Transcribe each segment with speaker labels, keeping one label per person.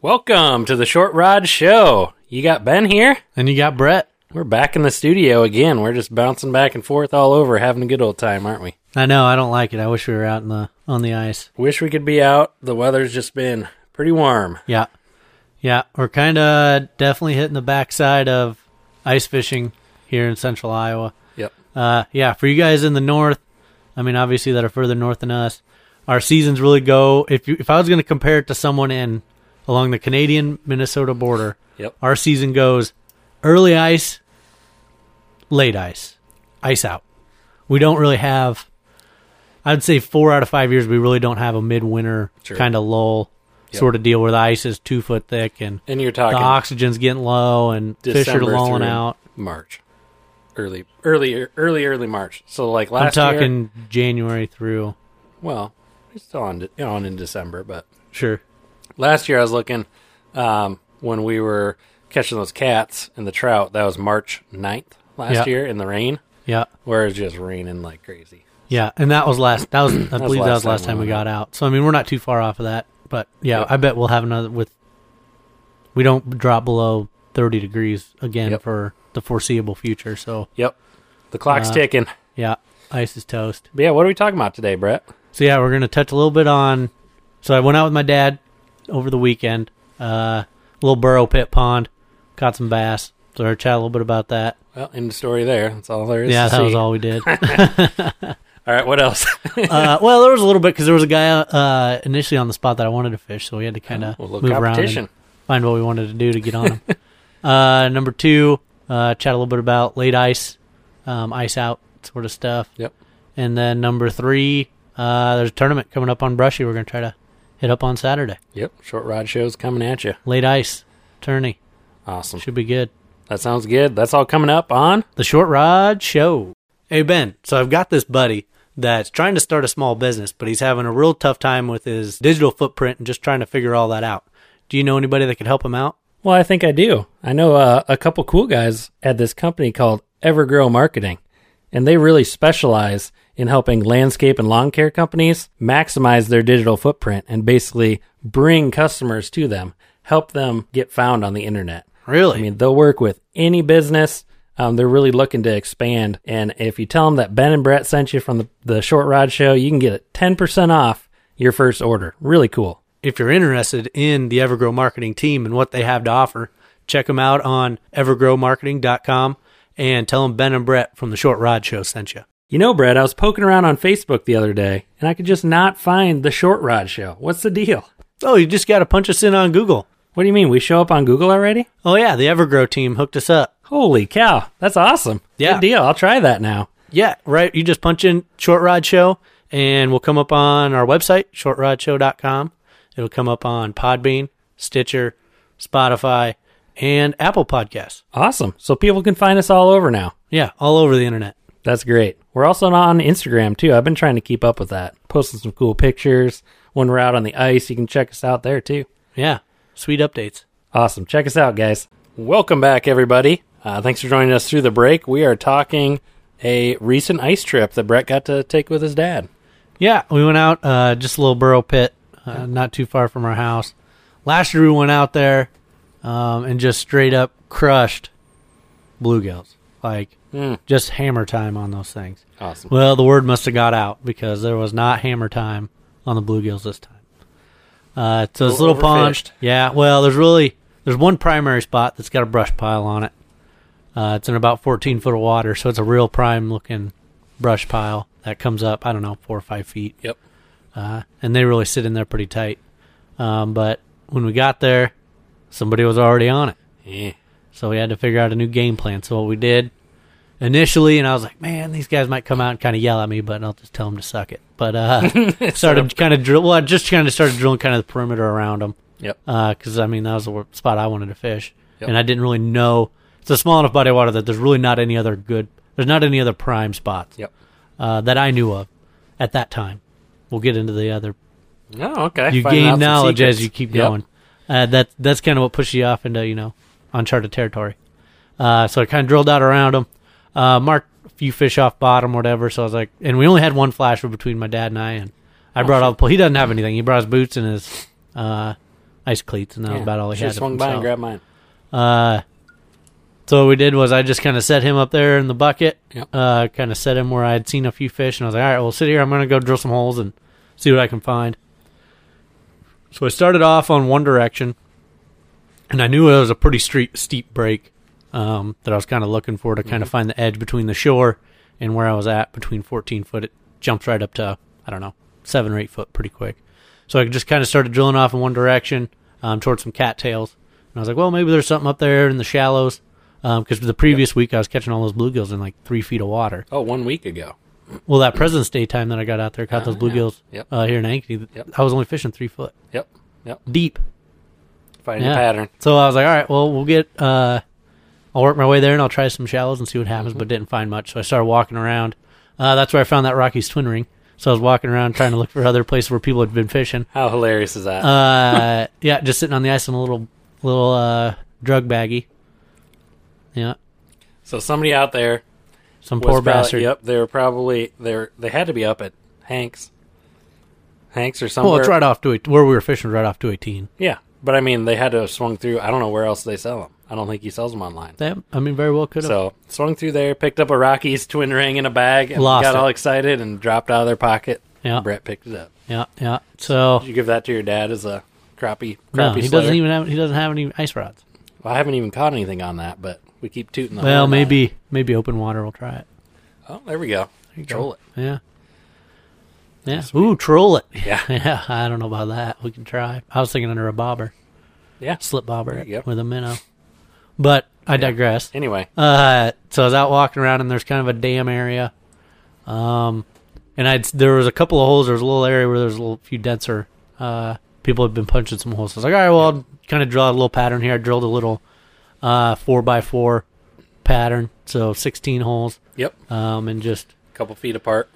Speaker 1: Welcome to the Short Rod Show. You got Ben here.
Speaker 2: And you got Brett.
Speaker 1: We're back in the studio again. We're just bouncing back and forth all over, having a good old time, aren't we?
Speaker 2: I know, I don't like it. I wish we were out in the on the ice.
Speaker 1: Wish we could be out. The weather's just been pretty warm.
Speaker 2: Yeah. Yeah, we're kind of definitely hitting the backside of ice fishing here in central Iowa.
Speaker 1: Yep.
Speaker 2: Uh, yeah, for you guys in the north, I mean, obviously that are further north than us, our seasons really go. If you, if I was going to compare it to someone in along the Canadian Minnesota border,
Speaker 1: Yep.
Speaker 2: our season goes early ice, late ice, ice out. We don't really have. I'd say four out of five years we really don't have a midwinter
Speaker 1: Sure.
Speaker 2: kind of lull
Speaker 1: Yep.
Speaker 2: sort of deal where the ice is two foot thick and
Speaker 1: And you're talking
Speaker 2: the oxygen's getting low and fish
Speaker 1: December
Speaker 2: are lulling
Speaker 1: through
Speaker 2: out.
Speaker 1: March, early, early, early, early March. So like
Speaker 2: I'm
Speaker 1: last year,
Speaker 2: talking January through.
Speaker 1: well, it's still on on in December, but
Speaker 2: Sure.
Speaker 1: last year I was looking um, when we were catching those cats and the trout. That was March 9th last
Speaker 2: Yeah.
Speaker 1: year in the rain,
Speaker 2: Yeah.
Speaker 1: where it's just raining like crazy.
Speaker 2: Yeah, and that was last. That was I believe that
Speaker 1: last
Speaker 2: was last
Speaker 1: time
Speaker 2: time
Speaker 1: we
Speaker 2: we
Speaker 1: went
Speaker 2: got out. So I mean, we're not too far off of that. But yeah,
Speaker 1: Yep.
Speaker 2: I bet we'll have another with. We don't drop below thirty degrees again
Speaker 1: Yep.
Speaker 2: for the foreseeable future. So
Speaker 1: Yep, the clock's
Speaker 2: Uh,
Speaker 1: ticking.
Speaker 2: yeah, ice is toast.
Speaker 1: But yeah, what are we talking about today, Brett?
Speaker 2: So yeah, we're gonna touch a little bit on. So I went out with my dad over the weekend. Uh, little burrow pit pond, caught some bass. So we're gonna chat a little bit about that.
Speaker 1: Well, end of story there. That's all there is.
Speaker 2: yeah,
Speaker 1: to
Speaker 2: that was
Speaker 1: see.
Speaker 2: all we did.
Speaker 1: All right, what else?
Speaker 2: uh, well, there was a little bit because there was a guy uh, initially on the spot that I wanted to fish, so we had to kind of
Speaker 1: Oh, a little
Speaker 2: move around
Speaker 1: competition.
Speaker 2: and find what we wanted to do to get on him. uh, number two, uh, chat a little bit about late ice, um, ice out sort of stuff,
Speaker 1: Yep.
Speaker 2: and then number three, uh, there's a tournament coming up on Brushy. We're gonna try to hit up on Saturday.
Speaker 1: Yep. Short rod shows coming at you.
Speaker 2: Late ice tourney
Speaker 1: Awesome.
Speaker 2: should be good.
Speaker 1: That sounds good. That's all coming up on.
Speaker 2: The Short Rod Show. Hey, Ben. So I've got this buddy that's trying to start a small business, but he's having a real tough time with his digital footprint and just trying to figure all that out. Do you know anybody that could help him out?
Speaker 1: Well, I think I do. I know uh, a couple cool guys at this company called Evergrow Marketing, and they really specialize in helping landscape and lawn care companies maximize their digital footprint and basically bring customers to them, help them get found on the internet.
Speaker 2: Really?
Speaker 1: I mean, they'll work with any business. Um, they're really looking to expand. And if you tell them that Ben and Brett sent you from the, the Short Rod Show, you can get it 10% off your first order. Really cool.
Speaker 2: if you're interested in the Evergrow marketing team and what they have to offer, check them out on evergrowmarketing.com and tell them Ben and Brett from the Short Rod Show sent you.
Speaker 1: You know, Brett, I was poking around on Facebook the other day and I could just not find the Short Rod Show. What's the deal?
Speaker 2: Oh, you just got to punch us in on Google.
Speaker 1: What do you mean? We show up on Google already?
Speaker 2: Oh, yeah, the Evergrow team hooked us up.
Speaker 1: Holy cow. That's awesome.
Speaker 2: Yeah.
Speaker 1: Good deal. I'll try that now.
Speaker 2: Yeah, right. You just punch in Short Rod Show and we'll come up on our website, shortrodshow.com. It'll come up on Podbean, Stitcher, Spotify, and Apple Podcasts.
Speaker 1: Awesome. So people can find us all over now.
Speaker 2: Yeah, all over the internet.
Speaker 1: That's great. We're also on Instagram too. I've been trying to keep up with that, posting some cool pictures. When we're out on the ice, you can check us out there too.
Speaker 2: Yeah, sweet updates.
Speaker 1: Awesome. Check us out, guys. Welcome back, everybody. Uh, thanks for joining us through the break. We are talking a recent ice trip that Brett got to take with his dad.
Speaker 2: Yeah, we went out uh, just a little burrow pit, uh, not too far from our house. Last year we went out there um, and just straight up crushed bluegills. Like,
Speaker 1: Mm.
Speaker 2: just hammer time on those things.
Speaker 1: Awesome.
Speaker 2: Well, the word must have got out because there was not hammer time on the bluegills this time. Uh, so this
Speaker 1: Little
Speaker 2: little pond,
Speaker 1: overfished.
Speaker 2: yeah. Well, there's really there's one primary spot that's got a brush pile on it. Uh, it's in about 14 foot of water, so it's a real prime looking brush pile that comes up. I don't know, four or five feet,
Speaker 1: Yep.
Speaker 2: uh, and they really sit in there pretty tight. Um, but when we got there, somebody was already on it.
Speaker 1: Yeah.
Speaker 2: So we had to figure out a new game plan. So what we did initially, and I was like, man, these guys might come out and kind of yell at me, but I'll just tell them to suck it. But uh, started kind of drill. Well, I just kind of started drilling kind of the perimeter around them
Speaker 1: Yep.
Speaker 2: because I mean that was the wor- spot I wanted to fish,
Speaker 1: Yep.
Speaker 2: and I didn't really know. It's a small enough body of water that there's really not any other good. There's not any other prime spots
Speaker 1: Yep.
Speaker 2: uh, that I knew of at that time. We'll get into the other
Speaker 1: Oh, okay.
Speaker 2: you
Speaker 1: Finding out
Speaker 2: gain
Speaker 1: some
Speaker 2: knowledge
Speaker 1: secrets.
Speaker 2: as you keep
Speaker 1: Yep.
Speaker 2: going. Uh, that that's kind of what pushes you off into you know uncharted territory. Uh, so I kind of drilled out around them, uh, marked a few fish off bottom, whatever. So I was like, and we only had one
Speaker 1: Oh,
Speaker 2: flasher between my dad and I, and I brought all the pole. He doesn't have anything. He brought his boots and his uh, ice cleats, and that was
Speaker 1: Yeah,
Speaker 2: about all he
Speaker 1: should've
Speaker 2: had. of
Speaker 1: swung by and
Speaker 2: himself.
Speaker 1: grabbed mine.
Speaker 2: Uh, so what we did was I just kind of set him up there in the bucket.
Speaker 1: Yep.
Speaker 2: Uh, kind of set him where I had seen a few fish, and I was like, all right, well, sit here. I'm gonna go drill some holes and see what I can find. So I started off on one direction, and I knew it was a pretty street, steep break um, that I was kind of looking for to kind of find the edge between the shore and where I was at between 14 foot. It jumped right up to I don't know seven or eight foot pretty quick. So I just kind of started drilling off in one direction um, towards some cattails. And I was like, well, maybe there's something up there in the shallows. Because the previous week I was catching all those bluegills in like three feet of water.
Speaker 1: Oh, one week ago.
Speaker 2: Well, that President's Day time that I got out there, caught
Speaker 1: Oh,
Speaker 2: those
Speaker 1: yeah.
Speaker 2: bluegills
Speaker 1: Yep.
Speaker 2: uh, here in Ankeny,
Speaker 1: Yep.
Speaker 2: I was only fishing three foot
Speaker 1: Yep. Yep.
Speaker 2: deep.
Speaker 1: Find a
Speaker 2: Yeah.
Speaker 1: pattern.
Speaker 2: So I was like, all right, well, we'll get, uh, I'll work my way there and I'll try some shallows and see what happens,
Speaker 1: Mm-hmm.
Speaker 2: but didn't find much. So I started walking around. Uh, that's where I found that Rocky's twin ring. So I was walking around trying to look for other places where people had been fishing.
Speaker 1: How hilarious is that?
Speaker 2: Uh, yeah, just sitting on the ice in a little little uh, drug baggie. Yeah,
Speaker 1: so somebody out there
Speaker 2: some
Speaker 1: was
Speaker 2: poor
Speaker 1: probably-
Speaker 2: bastard.
Speaker 1: Yep, they were probably they were, they had to be up at Hanks, Hanks or somewhere.
Speaker 2: Well, it's right off to eight- where we were fishing, right off to eighteen.
Speaker 1: Yeah, but I mean they had to have swung through. I don't know where else they sell them. I don't think he sells them online.
Speaker 2: That I mean, very well could have.
Speaker 1: So swung through there, picked up a Rockies twin ring in a bag, and
Speaker 2: Lost
Speaker 1: got
Speaker 2: it.
Speaker 1: all excited and dropped out of their pocket.
Speaker 2: Yeah.
Speaker 1: Brett picked it up.
Speaker 2: yeah, yeah. So
Speaker 1: Did you give that to your dad as a crappie? crappie
Speaker 2: no, he
Speaker 1: slayer?
Speaker 2: doesn't even have he doesn't have any ice rods.
Speaker 1: Well, I haven't even caught anything on that, but we keep tooting. The
Speaker 2: Well,
Speaker 1: horn on it.
Speaker 2: maybe maybe open water will try it.
Speaker 1: Oh, there we go. Troll it.
Speaker 2: Yeah. Yeah. Ooh, troll it.
Speaker 1: Yeah.
Speaker 2: yeah. I don't know about that. We can try. I was thinking under a bobber,
Speaker 1: Yeah.
Speaker 2: slip bobber
Speaker 1: you go.
Speaker 2: with a minnow. But I digress.
Speaker 1: Anyway,
Speaker 2: Uh, so I was out walking around, and there's kind of a dam area. Um, and I there was a couple of holes. There was a little area where there's a little few denser. Uh, people had been punching some holes. So I was like, all right, well, I'll kind of draw a little pattern here. I drilled a little uh four by four pattern, so 16 holes.
Speaker 1: yep.
Speaker 2: Um, and just
Speaker 1: A couple feet apart.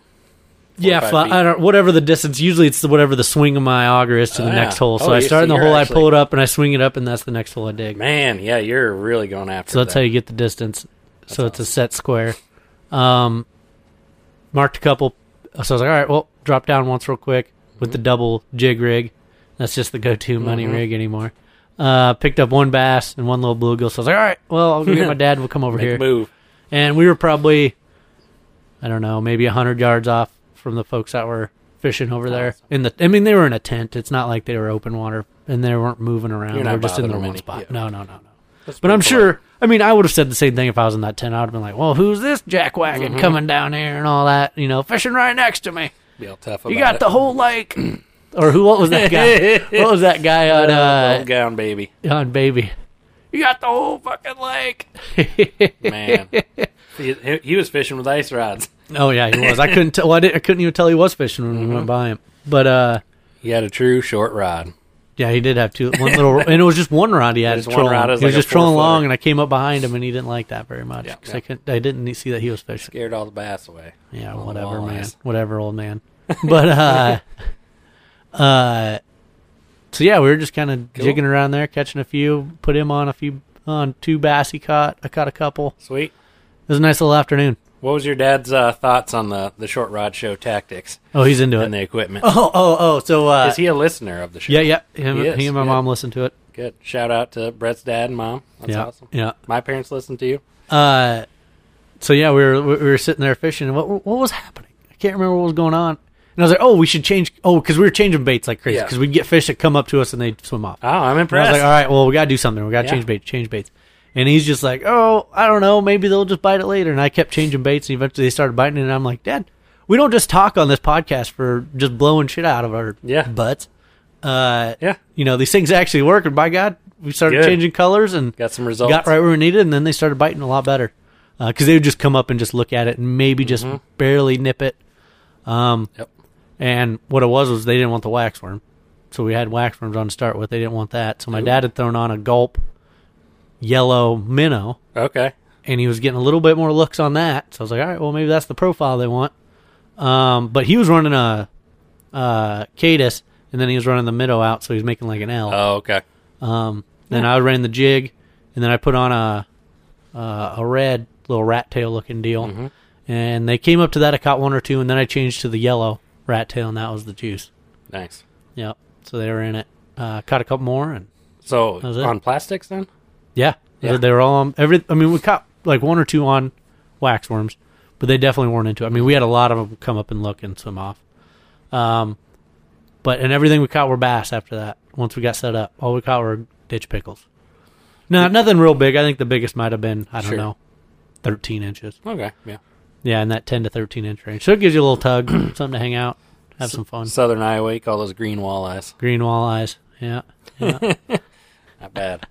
Speaker 2: yeah,
Speaker 1: five
Speaker 2: fly,
Speaker 1: feet.
Speaker 2: I don't whatever the distance. Usually it's the, whatever the swing of my auger is to
Speaker 1: Oh,
Speaker 2: the
Speaker 1: yeah.
Speaker 2: next hole. So
Speaker 1: Oh,
Speaker 2: I
Speaker 1: you-
Speaker 2: start
Speaker 1: so
Speaker 2: in the
Speaker 1: you're
Speaker 2: hole,
Speaker 1: actually-
Speaker 2: I pull it up, and I swing it up, and that's the next hole I dig.
Speaker 1: Man, yeah, you're really going after.
Speaker 2: So that's
Speaker 1: that.
Speaker 2: how you get the distance. so it's a set square. Um, marked a couple. So I was like, all right, well, drop down once real quick
Speaker 1: Mm-hmm.
Speaker 2: with the double jig rig. That's just the go-to money
Speaker 1: Mhm.
Speaker 2: rig anymore. Uh, picked up one bass and one little bluegill. So I was like, all right, well, I'll go get my dad. We'll come over
Speaker 1: Make a
Speaker 2: here.
Speaker 1: move.
Speaker 2: And we were probably, I don't know, maybe hundred yards off from the folks that were fishing over there.
Speaker 1: Awesome.
Speaker 2: In the, I mean, they were in a tent. It's not like they were open water and they weren't moving around.
Speaker 1: You're
Speaker 2: they
Speaker 1: not
Speaker 2: were just in
Speaker 1: bothering
Speaker 2: their one
Speaker 1: any-
Speaker 2: spot.
Speaker 1: yeah.
Speaker 2: No, no, no, no.
Speaker 1: That's
Speaker 2: But I'm
Speaker 1: pretty polite.
Speaker 2: sure. I mean, I would have said the same thing if I was in that tent. I would have been like, "Well, who's this jackwagon coming down here and all that? You know, fishing right next to me.
Speaker 1: Be all tough.
Speaker 2: You
Speaker 1: about
Speaker 2: got
Speaker 1: it.
Speaker 2: the whole lake." or who? What was that guy? what was that guy on
Speaker 1: Uh,
Speaker 2: uh,
Speaker 1: old gown, baby.
Speaker 2: on baby? You got the whole fucking lake.
Speaker 1: Man, he, he- he was fishing with ice rods.
Speaker 2: oh yeah, he was. I couldn't. Tell, well, I, didn't, I couldn't even tell he was fishing when we went by him. But uh,
Speaker 1: He had a true short rod.
Speaker 2: yeah, he did have two. One little, and it was just one rod he had.
Speaker 1: Just one
Speaker 2: trolling.
Speaker 1: rod is
Speaker 2: he was
Speaker 1: like a
Speaker 2: just trolling
Speaker 1: four-footer.
Speaker 2: along, and I came up behind him, and he didn't like that very much
Speaker 1: Yeah,
Speaker 2: 'cause
Speaker 1: yeah.
Speaker 2: I couldn't. I didn't see that he was fishing.
Speaker 1: Scared all the bass away.
Speaker 2: Yeah,
Speaker 1: All the
Speaker 2: whatever, man.
Speaker 1: walleyes.
Speaker 2: Whatever, old man. But uh uh so yeah, we were just kind of
Speaker 1: Cool.
Speaker 2: jigging around there, catching a few, put him on a few on two bass he caught. I caught a couple.
Speaker 1: Sweet.
Speaker 2: It was a nice little afternoon.
Speaker 1: What was your dad's uh, thoughts on the the short rod show tactics
Speaker 2: Oh, he's into it.
Speaker 1: and the equipment?
Speaker 2: Oh, oh, oh. So uh
Speaker 1: Is he a listener of the show?
Speaker 2: Yeah, yeah. Him,
Speaker 1: He
Speaker 2: he,
Speaker 1: is,
Speaker 2: and my
Speaker 1: yeah.
Speaker 2: mom listened to it.
Speaker 1: Good. Shout out to Brett's dad and mom. That's
Speaker 2: yeah.
Speaker 1: awesome.
Speaker 2: Yeah.
Speaker 1: My parents listen to you.
Speaker 2: Uh so yeah, we were we were sitting there fishing and what what was happening? I can't remember what was going on. And I was like, "Oh, we should change. Oh, because we were changing baits like crazy.
Speaker 1: Yeah.
Speaker 2: Because we'd get fish that come up to us and they'd swim off.
Speaker 1: Oh, I'm
Speaker 2: And I
Speaker 1: impressed.
Speaker 2: was like, all right, well, we got to do something. We got to
Speaker 1: Yeah.
Speaker 2: change baits, change baits. And he's just like, oh, I don't know. Maybe they'll just bite it later. And I kept changing baits, and eventually they started biting. it. And I'm like, Dad, we don't just talk on this podcast for just blowing shit out of our
Speaker 1: Yeah.
Speaker 2: butts. Uh,
Speaker 1: yeah.
Speaker 2: You know, these things actually work. And by God, we started
Speaker 1: Good.
Speaker 2: changing colors and
Speaker 1: Got some results.
Speaker 2: got right where we needed. And then they started biting a lot better because they would just come up and just look at it and maybe just barely nip it. Um,
Speaker 1: Yep.
Speaker 2: And what it was was they didn't want the wax worm. So we had wax worms on to start with. They didn't want that. So my dad had thrown on a gulp yellow minnow
Speaker 1: Okay.
Speaker 2: and he was getting a little bit more looks on that. So I was like, all right, well maybe that's the profile they want. Um, but he was running a uh Cadis and then he was running the minnow out, so he was making like an L.
Speaker 1: Oh, okay.
Speaker 2: Um, then I ran the jig, and then I put on a uh, a red little rat tail looking deal, and they came up to that. I caught one or two, and then I changed to the yellow rat tail, and that was the juice.
Speaker 1: Nice.
Speaker 2: Yep. So they were in it. Uh, caught a couple more, and
Speaker 1: So
Speaker 2: That's it.
Speaker 1: on plastics then?
Speaker 2: yeah,
Speaker 1: Yeah.
Speaker 2: they were all on every. I mean, we caught like one or two on wax worms, but they definitely weren't into. it. I mean, we had a lot of them come up and look and swim off. Um, but and everything we caught were bass after that. Once we got set up, all we caught were ditch pickles. No, nothing real big. I think the biggest might have been I don't
Speaker 1: Sure.
Speaker 2: know, thirteen inches.
Speaker 1: Okay, yeah.
Speaker 2: Yeah, in that ten to thirteen inch range. So it gives you a little tug, something to hang out, have some fun.
Speaker 1: Southern Iowa, you call those green walleyes.
Speaker 2: Green walleyes. Yeah.
Speaker 1: Not bad.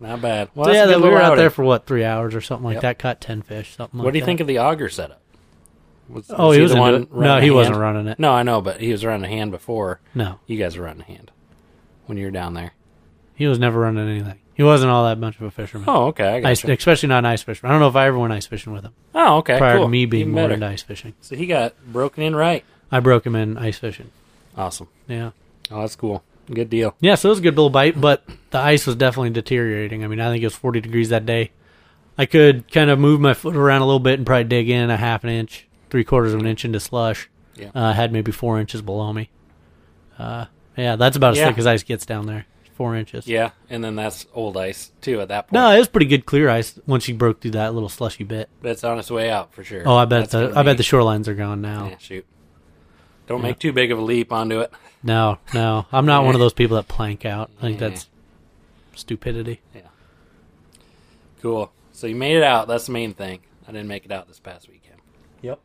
Speaker 1: Not bad. Well,
Speaker 2: So
Speaker 1: that's a
Speaker 2: yeah,
Speaker 1: good
Speaker 2: we were
Speaker 1: little
Speaker 2: out
Speaker 1: outing.
Speaker 2: there for what three hours or something like
Speaker 1: Yep.
Speaker 2: that. Caught ten fish, something.
Speaker 1: What
Speaker 2: like
Speaker 1: do you
Speaker 2: that.
Speaker 1: think of the auger setup? Was,
Speaker 2: Oh, he was
Speaker 1: the
Speaker 2: into
Speaker 1: one
Speaker 2: it. No,
Speaker 1: running
Speaker 2: he
Speaker 1: a
Speaker 2: wasn't
Speaker 1: hand?
Speaker 2: running it.
Speaker 1: No, I know, but he was running a hand before.
Speaker 2: No,
Speaker 1: You guys were running a hand when you were down there.
Speaker 2: he was never running anything. He wasn't all that much of a fisherman.
Speaker 1: Oh, okay. I
Speaker 2: ice,
Speaker 1: gotcha.
Speaker 2: especially not an ice fisherman. I don't know if I ever went ice fishing with him
Speaker 1: Oh, okay.
Speaker 2: prior
Speaker 1: cool.
Speaker 2: to me being
Speaker 1: Even
Speaker 2: more
Speaker 1: better.
Speaker 2: into ice fishing.
Speaker 1: So he got broken in right.
Speaker 2: I broke him in ice fishing.
Speaker 1: Awesome.
Speaker 2: Yeah,
Speaker 1: Oh, that's cool. Good deal.
Speaker 2: yeah. So it was a good little bite, but the ice was definitely deteriorating. I mean, I think it was forty degrees that day. I could kind of move my foot around a little bit and probably dig in a half an inch, three quarters of an inch into slush.
Speaker 1: Yeah.
Speaker 2: Uh, I had maybe four inches below me. Uh, yeah, that's about as
Speaker 1: Yeah.
Speaker 2: thick as ice gets down there. Four inches.
Speaker 1: Yeah, and then that's old ice too. At that point,
Speaker 2: No, it was pretty good clear ice once you broke through that little slushy bit.
Speaker 1: that's on its way out for sure.
Speaker 2: Oh, I bet
Speaker 1: That's
Speaker 2: the
Speaker 1: gonna
Speaker 2: I bet the
Speaker 1: be-
Speaker 2: shorelines are gone now.
Speaker 1: Yeah, shoot. Don't make too big of a leap onto it.
Speaker 2: No, no, I'm not one of
Speaker 1: Yeah.
Speaker 2: those people that plank out. I think
Speaker 1: Yeah.
Speaker 2: that's stupidity.
Speaker 1: Cool. So you made it out. That's the main thing. I didn't make it out this past weekend.
Speaker 2: Yep.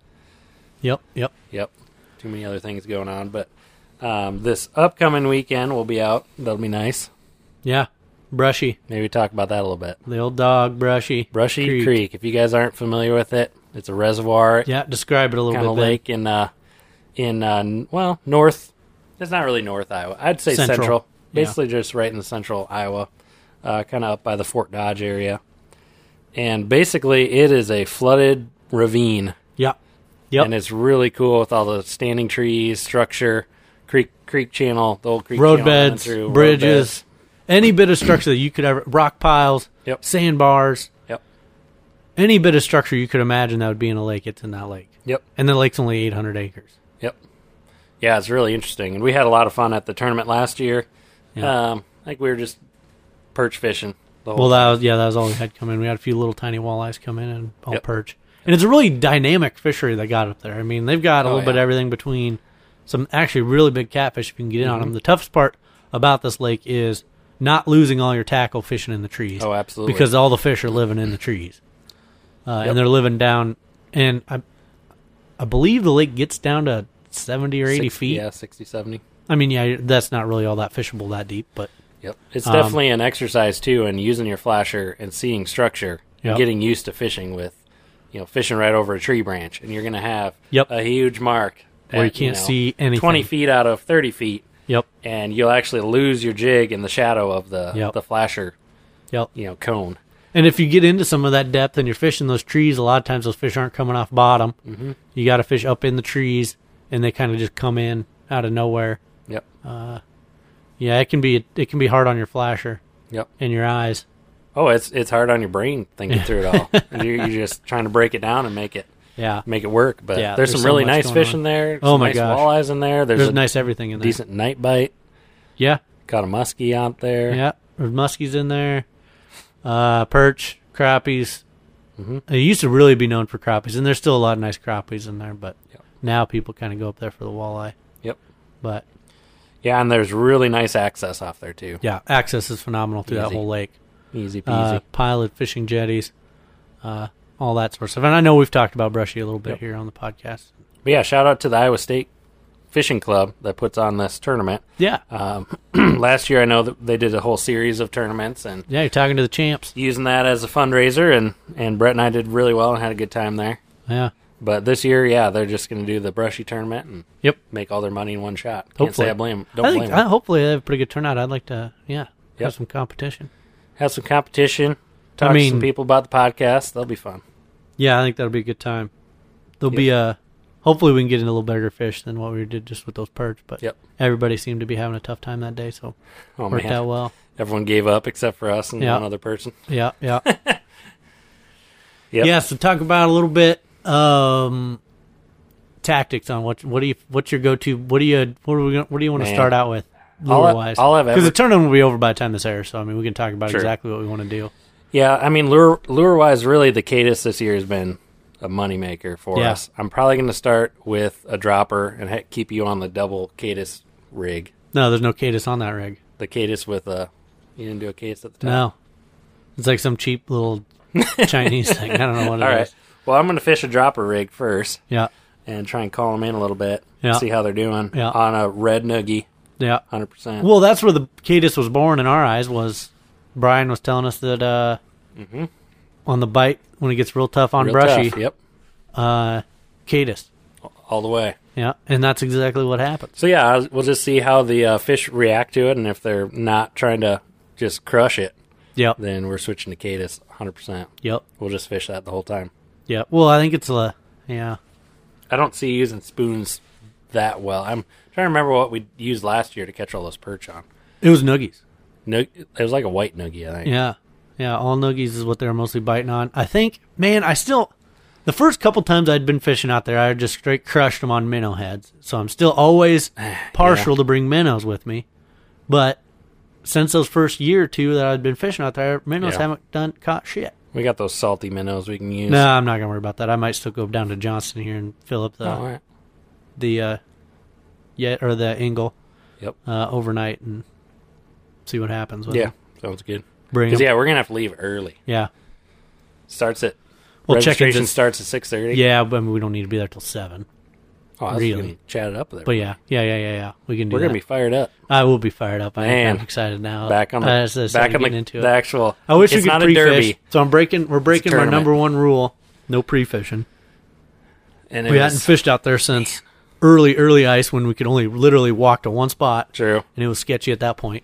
Speaker 2: Yep. Yep.
Speaker 1: Yep. Too many other things going on, but um, this upcoming weekend we'll be out. That'll be nice.
Speaker 2: Yeah. Brushy,
Speaker 1: Maybe talk about that a little bit.
Speaker 2: the old dog, brushy,
Speaker 1: Brushy Creek. If you guys aren't familiar with it, it's a reservoir
Speaker 2: Yeah, describe it a little
Speaker 1: kind of
Speaker 2: bit. Ben.
Speaker 1: lake in uh in uh n- well north it's not really north iowa i'd say
Speaker 2: Central.
Speaker 1: central,
Speaker 2: Yeah.
Speaker 1: basically just right in the central iowa uh, kind of up by the fort dodge area and basically it is a flooded ravine
Speaker 2: Yeah. Yep.
Speaker 1: and it's really cool with all the standing trees structure creek creek channel the old creek channel running
Speaker 2: roadbeds,
Speaker 1: through, road
Speaker 2: bridges,
Speaker 1: beds.
Speaker 2: any bit of structure that you could ever rock piles,
Speaker 1: Yep.
Speaker 2: sandbars,
Speaker 1: Yep.
Speaker 2: any bit of structure you could imagine that would be in a lake. It's in that lake,
Speaker 1: yep
Speaker 2: and the lake's only 800 acres.
Speaker 1: Yep. Yeah, it's really interesting, and we had a lot of fun at the tournament last year.
Speaker 2: Yeah.
Speaker 1: Um, I think we were just perch fishing. The whole
Speaker 2: Well, that was yeah, that was all we had come in. We had a few little tiny walleyes come in and all
Speaker 1: Yep.
Speaker 2: perch, and it's a really dynamic fishery they got up there. I mean, they've got a
Speaker 1: Oh,
Speaker 2: little bit of
Speaker 1: yeah.
Speaker 2: everything between some actually really big catfish if you can get in
Speaker 1: Mm-hmm.
Speaker 2: on them. The toughest part about this lake is not losing all your tackle fishing in the trees.
Speaker 1: Oh, absolutely.
Speaker 2: because all the fish are living in the trees, uh,
Speaker 1: Yep.
Speaker 2: and they're living down. And I, I believe the lake gets down to seventy or eighty
Speaker 1: Six-
Speaker 2: feet.
Speaker 1: Yeah, 60, 70.
Speaker 2: I mean, yeah, that's not really all that fishable that deep, but
Speaker 1: Yep. It's
Speaker 2: Um,
Speaker 1: definitely an exercise too, and using your flasher and seeing structure,
Speaker 2: Yep.
Speaker 1: and getting used to fishing with, you know, fishing right over a tree branch, and you're going to have
Speaker 2: Yep.
Speaker 1: a huge mark
Speaker 2: where you
Speaker 1: at,
Speaker 2: can't
Speaker 1: know,
Speaker 2: see anything.
Speaker 1: twenty feet out of thirty feet,
Speaker 2: Yep.
Speaker 1: and you'll actually lose your jig in the shadow of the
Speaker 2: Yep.
Speaker 1: the flasher,
Speaker 2: Yep.
Speaker 1: you know, cone.
Speaker 2: And if you get into some of that depth and you're fishing those trees, a lot of times those fish aren't coming off bottom. Mm-hmm. You got to fish up in the trees, and they kind of just come in out of nowhere.
Speaker 1: Yep.
Speaker 2: Yeah, it can be it can be hard on your flasher
Speaker 1: Yep.
Speaker 2: and your eyes.
Speaker 1: Oh, it's it's hard on your brain thinking through it all. you're, you're just trying to break it down and make it
Speaker 2: Yeah.
Speaker 1: make it work. But
Speaker 2: Yeah,
Speaker 1: there's,
Speaker 2: there's
Speaker 1: some
Speaker 2: so
Speaker 1: really
Speaker 2: much
Speaker 1: nice
Speaker 2: going
Speaker 1: fish
Speaker 2: on.
Speaker 1: in there.
Speaker 2: Oh
Speaker 1: some
Speaker 2: my
Speaker 1: nice
Speaker 2: gosh.
Speaker 1: walleyes in there. There's,
Speaker 2: There's
Speaker 1: a
Speaker 2: nice everything in there.
Speaker 1: decent night bite.
Speaker 2: Yeah.
Speaker 1: Got a muskie out there.
Speaker 2: Yeah, there's muskies in there, uh, perch, crappies.
Speaker 1: Mhm.
Speaker 2: It used to really be known for crappies, and there's still a lot of nice crappies in there, but
Speaker 1: Yep.
Speaker 2: now people kind of go up there for the walleye.
Speaker 1: Yep.
Speaker 2: But
Speaker 1: Yeah, and there's really nice access off there too.
Speaker 2: yeah, access is phenomenal through that
Speaker 1: Easy.
Speaker 2: whole lake.
Speaker 1: Easy peasy.
Speaker 2: Uh, pile of fishing jetties, uh, all that sort of stuff. And I know we've talked about brushy a little bit
Speaker 1: Yep.
Speaker 2: here on the podcast.
Speaker 1: but yeah, shout out to the Iowa State Fishing Club that puts on this tournament.
Speaker 2: Yeah,
Speaker 1: Um, last year, I know that they did a whole series of tournaments and
Speaker 2: yeah, you're talking to the champs.
Speaker 1: using that as a fundraiser. and And Brett and I did really well and had a good time there.
Speaker 2: Yeah,
Speaker 1: But this year, yeah, they're just going to do the brushy tournament and
Speaker 2: Yep.
Speaker 1: make all their money in one shot. Can't
Speaker 2: Hopefully.
Speaker 1: say I blame. Don't
Speaker 2: I
Speaker 1: blame
Speaker 2: think
Speaker 1: 'em.
Speaker 2: uh, hopefully they have a pretty good turnout. I'd like to yeah have
Speaker 1: Yep.
Speaker 2: some competition.
Speaker 1: Have some competition. Talk to
Speaker 2: mean-
Speaker 1: some people about the podcast. That'll be fun.
Speaker 2: Yeah, I think that'll be a good time. There'll be a. Hopefully, we can get into a little bigger fish than what we did just with those perch. But
Speaker 1: Yep.
Speaker 2: everybody seemed to be having a tough time that day, so
Speaker 1: Oh
Speaker 2: worked
Speaker 1: man,
Speaker 2: out well.
Speaker 1: everyone gave up except for us and
Speaker 2: Yeah.
Speaker 1: one other person.
Speaker 2: Yeah, yeah,
Speaker 1: Yep.
Speaker 2: yeah. So talk about a little bit um, tactics on what what do you what's your go to what do you what are we gonna, what do you want to
Speaker 1: Man.
Speaker 2: start out with?
Speaker 1: I'll,
Speaker 2: lure
Speaker 1: have-
Speaker 2: wise.
Speaker 1: I'll have
Speaker 2: Because
Speaker 1: ever.
Speaker 2: the tournament will be over by the time this airs, so I mean we can talk about
Speaker 1: Sure.
Speaker 2: exactly what we want to do.
Speaker 1: yeah, I mean lure lure wise, really the Cadis this year has been a moneymaker for
Speaker 2: Yeah.
Speaker 1: us. I'm probably going to start with a dropper and ha- keep you on the double Cadis rig.
Speaker 2: No, there's no Cadis on that rig.
Speaker 1: The Cadis with a you didn't do a Cadis at the time.
Speaker 2: No, it's like some cheap little Chinese thing. I don't know what it is.
Speaker 1: All right. Well, I'm going to fish a dropper rig first
Speaker 2: Yeah,
Speaker 1: and try and call them in a little bit.
Speaker 2: Yeah.
Speaker 1: See how they're doing
Speaker 2: Yeah.
Speaker 1: on a red noogie,
Speaker 2: yeah.
Speaker 1: 100%.
Speaker 2: Well, that's where the Cadis was born in our eyes. Was Brian was telling us that uh, on the bite when it gets real tough on
Speaker 1: Mm-hmm. Real
Speaker 2: brushy,
Speaker 1: tough, Yep.
Speaker 2: uh, Cadis.
Speaker 1: All the way.
Speaker 2: Yeah, and that's exactly what happens.
Speaker 1: So yeah, I- we'll just see how the uh, fish react to it, and if they're not trying to just crush it,
Speaker 2: Yep,
Speaker 1: then we're switching to Cadis 100%.
Speaker 2: yep,
Speaker 1: We'll just fish that the whole time.
Speaker 2: yep. Well, I think it's a yeah.
Speaker 1: I don't see using spoons that well. I'm trying to remember what we used last year to catch all those perch on.
Speaker 2: It was noogies.
Speaker 1: No, it was like a white noogie, I think.
Speaker 2: Yeah. Yeah. All noogies is what they're mostly biting on. I think, man, I still, the first couple times I'd been fishing out there, I just straight crushed them on minnow heads. So I'm still always partial to bring minnows with me. But since those first year or two that I'd been fishing out there, minnows
Speaker 1: Yeah.
Speaker 2: haven't done caught shit.
Speaker 1: We got those salty minnows we can use.
Speaker 2: No, I'm not going to worry about that. I might still go down to Johnston here and fill up the,
Speaker 1: all right.
Speaker 2: the, uh, yet or the angle,
Speaker 1: Yep.
Speaker 2: uh, overnight and see what happens. With
Speaker 1: Yeah,
Speaker 2: them.
Speaker 1: sounds good.
Speaker 2: Uh-huh. Bring
Speaker 1: 'Cause,
Speaker 2: 'em.
Speaker 1: yeah, we're gonna have to leave early.
Speaker 2: Yeah.
Speaker 1: Starts at
Speaker 2: Well, check it
Speaker 1: registration
Speaker 2: this.
Speaker 1: starts at six thirty.
Speaker 2: Yeah, but I mean, we don't need to be there till seven.
Speaker 1: oh, I was
Speaker 2: really.
Speaker 1: gonna chat it up there.
Speaker 2: But yeah, yeah, yeah, yeah, yeah. We can do
Speaker 1: we're
Speaker 2: that.
Speaker 1: gonna be fired up.
Speaker 2: I will be fired up. I,
Speaker 1: Man.
Speaker 2: am excited now.
Speaker 1: Back on the
Speaker 2: Uh, I just
Speaker 1: back
Speaker 2: started
Speaker 1: on the,
Speaker 2: getting into
Speaker 1: the
Speaker 2: it.
Speaker 1: actual.
Speaker 2: I wish
Speaker 1: it's
Speaker 2: we could
Speaker 1: not
Speaker 2: pre
Speaker 1: a derby.
Speaker 2: So I'm breaking. We're breaking my
Speaker 1: tournament.
Speaker 2: number one rule: no pre-fishing.
Speaker 1: And it
Speaker 2: We
Speaker 1: was
Speaker 2: hadn't fished out there since early, early ice when we could only literally walk to one spot,
Speaker 1: true.
Speaker 2: and it was sketchy at that point.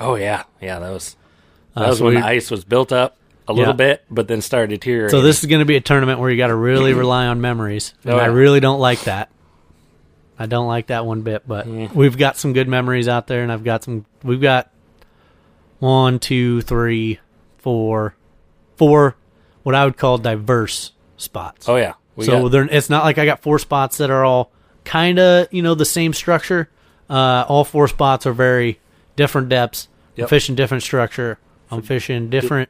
Speaker 1: Oh yeah, yeah. That was
Speaker 2: Uh,
Speaker 1: that was
Speaker 2: so
Speaker 1: when
Speaker 2: we-
Speaker 1: the ice was built up a little
Speaker 2: Yeah.
Speaker 1: bit, but then started deteriorating.
Speaker 2: so this is going to be a tournament where you got to really rely on memories, and
Speaker 1: Oh,
Speaker 2: I
Speaker 1: yeah.
Speaker 2: really don't like that. I don't like that one bit, but we've got some good memories out there, and I've got some. We've got one, two, three, four, four, what I would call diverse spots.
Speaker 1: oh yeah. We
Speaker 2: so
Speaker 1: got-
Speaker 2: they're, it's not like I got four spots that are all kind of you know the same structure. Uh, all four spots are very different depths. I'm
Speaker 1: Yep.
Speaker 2: fishing different structure. I'm fishing different